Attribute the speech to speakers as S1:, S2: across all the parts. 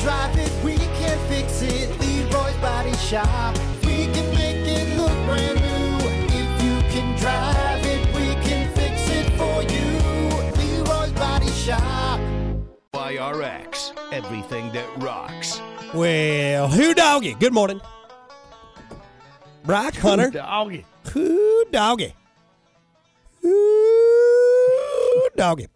S1: drive it, we can fix it. Leroy's Body Shop. We can make it look brand new. If you can drive it, we can fix it for you. Leroy's Body Shop.
S2: YRX, everything that rocks.
S3: Well, who doggy? Good morning. Brock Hunter.
S4: Doggy.
S3: Who doggy? Who doggy?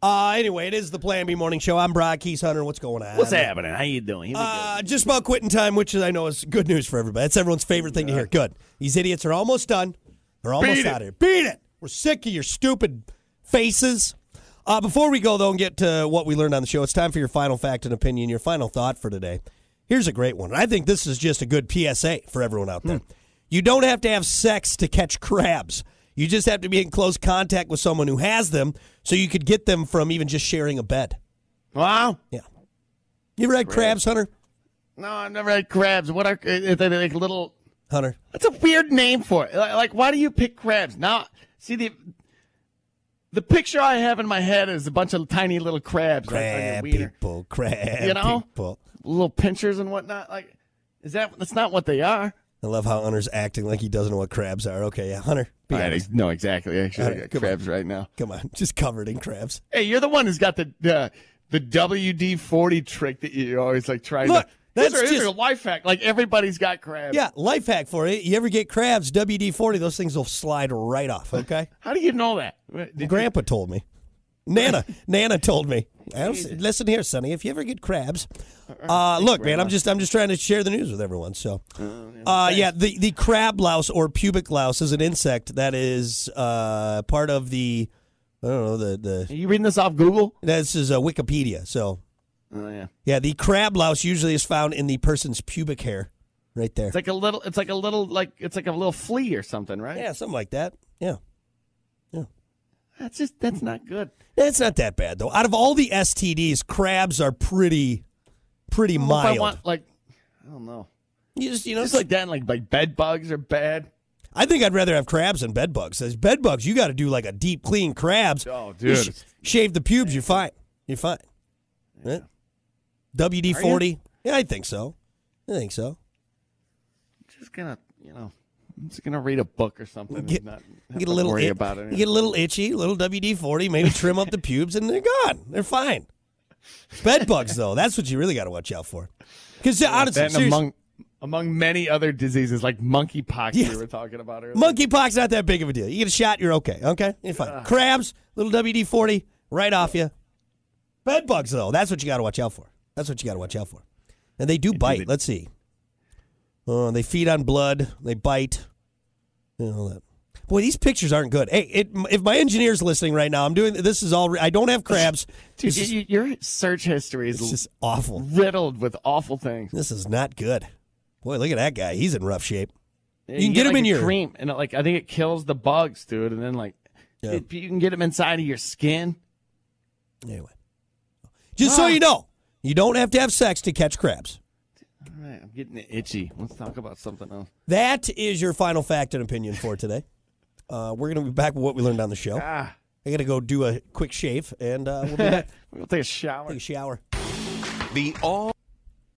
S3: Uh, anyway, it is the Plan B Morning Show. I'm Brock Keys Hunter. What's going on?
S4: What's happening? How you doing? Here we go.
S3: Uh, just about quitting time, which I know is good news for everybody. That's everyone's favorite thing to hear. Good. These idiots are almost done. They're almost
S4: Beat it.
S3: out of here. Beat it. We're sick of your stupid faces. Uh, before we go, though, and get to what we learned on the show, it's time for your final fact and opinion, your final thought for today. Here's a great one. I think this is just a good PSA for everyone out
S4: Hmm.
S3: there. You don't have to have sex to catch crabs. You just have to be in close contact with someone who has them so you could get them from even just sharing a bed.
S4: Wow.
S3: Yeah. You ever had crabs, Hunter?
S4: No, I've never had crabs. What are uh, they're like little?
S3: Hunter.
S4: That's a weird name for it. Like, like, why do you pick crabs? Now, see the the picture I have in my head is a bunch of tiny little crabs, right, on your
S3: crab
S4: wiener.
S3: people, crab
S4: You know?
S3: people.
S4: little pinchers and whatnot. Like, is that? That's not what they are.
S3: I love how Hunter's acting like he doesn't know what crabs are. Okay, yeah, Hunter, be
S4: All right,
S3: honest.
S4: ex- no, exactly. Actually,
S3: All right,
S4: I got
S3: come on.
S4: crabs right now.
S3: Come on, just covered in crabs.
S4: Hey, you're the one who's got the uh, the WD forty trick that you always like trying
S3: Look,
S4: to.
S3: that's
S4: These are- these
S3: just-
S4: are life hack. Like everybody's got crabs.
S3: Yeah, life hack for you. You ever get crabs? WD forty. Those things will slide right off. Okay.
S4: How do you know that? Did you-
S3: Grandpa told me. Nana, Nana told me. I don't s- listen here, Sonny. If you ever get crabs,
S4: Uh-uh.
S3: uh, look, man, I'm just I'm just trying to share the news with everyone. So,
S4: Mm-hmm.
S3: uh, yeah, the the crab louse or pubic louse is an insect that is uh, part of the I don't know the the
S4: Are you reading this off Google?
S3: This is uh, Wikipedia. So,
S4: Oh yeah.
S3: yeah, the crab louse usually is found in the person's pubic hair, right there.
S4: It's like a little. It's like a little. Like it's like a little flea or something, right?
S3: yeah, something like that. Yeah,
S4: That's just. That's not good.
S3: it's not that bad though. Out of all the STDs, crabs are pretty, pretty
S4: I don't know if
S3: mild.
S4: I want like. I don't know.
S3: you just, you know,
S4: Just like that. and, Like like bed bugs are bad.
S3: I think I'd rather have crabs than bed bugs. As bed bugs, you got to do like a deep clean. Crabs,
S4: Oh,
S3: you
S4: dude.
S3: shave the pubes, you're fine. You're fine. Yeah. WD forty. Yeah, I think so. I think so.
S4: just gonna. You know. I'm just gonna read a book or something.
S3: Get-
S4: and not
S3: You get a little
S4: worry
S3: it-
S4: about it.
S3: You get a little itchy, little WD forty, maybe trim up the pubes, and they're gone. They're fine. Bed bugs, though, that's what you really got to watch out for. Because honestly,
S4: and
S3: seriously,
S4: among among many other diseases like monkeypox
S3: Yes.
S4: we were talking about earlier.
S3: monkeypox not that big of a deal. You get a shot, you're okay. Okay, you're fine. Crabs, little WD forty, right off you. Bed bugs, though, that's what you got to watch out for. That's what you got to watch out for. And they do bite. Let's see. Oh, they feed on blood. They bite. and all that. Boy, these pictures aren't good. Hey, it, if my engineer's listening right now, I'm doing this is all. re- I don't have crabs.
S4: Dude,
S3: This is-
S4: you- your search history is
S3: It's just awful.
S4: riddled with awful things.
S3: This is not good. Boy, look at that guy. He's in rough shape.
S4: You,
S3: can get 'em
S4: like,
S3: in
S4: a
S3: your-
S4: cream, and it, like I think it kills the bugs, dude. And then like
S3: Yeah.
S4: it- you can get them inside of your skin.
S3: Anyway, just so
S4: Ah.
S3: you know, you don't have to have sex to catch crabs.
S4: All right, I'm getting itchy. Let's talk about something else.
S3: That is your final fact and opinion for today. Uh, we're going to be back with what we learned on the show.
S4: Ah.
S3: I got to go do a quick shave, and uh, we'll be back.
S4: We'll take a shower.
S3: Take a shower.
S2: The all